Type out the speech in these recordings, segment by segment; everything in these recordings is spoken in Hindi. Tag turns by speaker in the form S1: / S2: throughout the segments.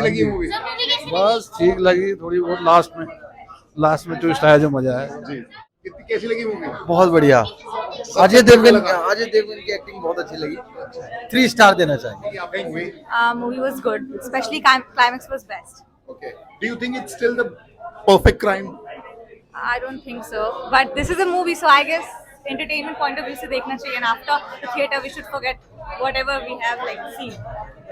S1: लगी मूवी
S2: बस ठीक लगी थोड़ी बहुत लास्ट में लास्ट में ट्विस्ट आया जो मजा आया
S1: जी कितनी कैसी लगी मूवी
S3: बहुत बढ़िया अजय देवगन अजय देवगन की एक्टिंग बहुत अच्छी लगी थ्री स्टार देना चाहिए
S1: आपकी movie
S4: Uh, movie was good, especially clim- climax was best.
S1: Okay do you think it's still the perfect crime
S4: I don't think so, but this is a movie, so I guess entertainment point of view से देखना चाहिए. And after the theater, we should forget whatever we have like seen.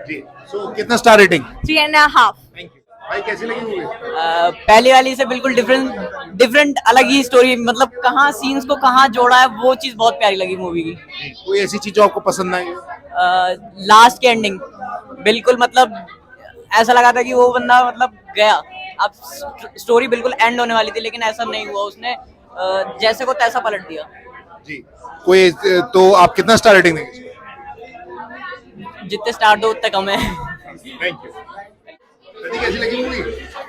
S1: जी सो कितना star rating
S4: Three and a half.
S1: Thank you भाई कैसी लगी मूवी
S5: अ, पहले वाली से बिल्कुल डिफरेंट डिफरेंट अलग ही स्टोरी मतलब कहाँ सीन्स को कहाँ जोड़ा है वो चीज बहुत प्यारी लगी मूवी की
S1: कोई ऐसी चीज जो आपको पसंद ना आई हो?
S5: लास्ट की एंडिंग बिल्कुल मतलब ऐसा लगा था कि वो बंदा मतलब गया अब स्टोरी बिल्कुल एंड होने वाली थी लेकिन ऐसा नहीं हुआ उसने अ, जैसे को तैसा पलट दिया
S1: जी कोई अ, तो आप कितना स्टार रेटिंग देंगे
S5: जितने स्टार दो उतने कम है
S1: थैंक यू कैसी लगी मूवी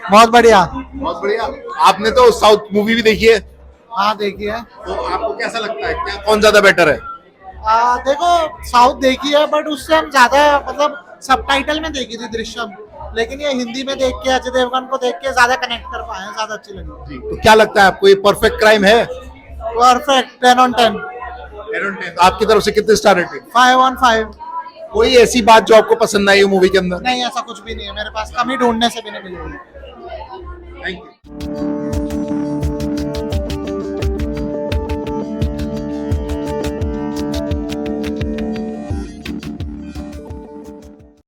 S3: बहुत बढ़िया
S1: बहुत बढ़िया आपने तो साउथ मूवी भी देखी है
S3: हाँ देखिए
S1: तो आपको कैसा लगता है क्या कौन ज्यादा बेटर है
S3: आ, देखो साउथ देखी है बट उससे हम ज्यादा मतलब सबटाइटल में देखी थी दृश्यम लेकिन ये हिंदी में देख के अजय देवगन को देख के ज्यादा कनेक्ट कर पाए हैं ज्यादा अच्छी लगी
S1: जी तो क्या लगता है आपको ये परफेक्ट क्राइम है
S3: परफेक्ट टेन ऑन टेन
S1: तो आपकी तरफ से कितने star rating
S3: five on five
S1: कोई ऐसी बात जो आपको पसंद ना आई हो मूवी के अंदर
S3: नहीं ऐसा कुछ भी नहीं है मेरे पास कमी ढूंढने से भी नहीं मिलेगी
S1: थैंक यू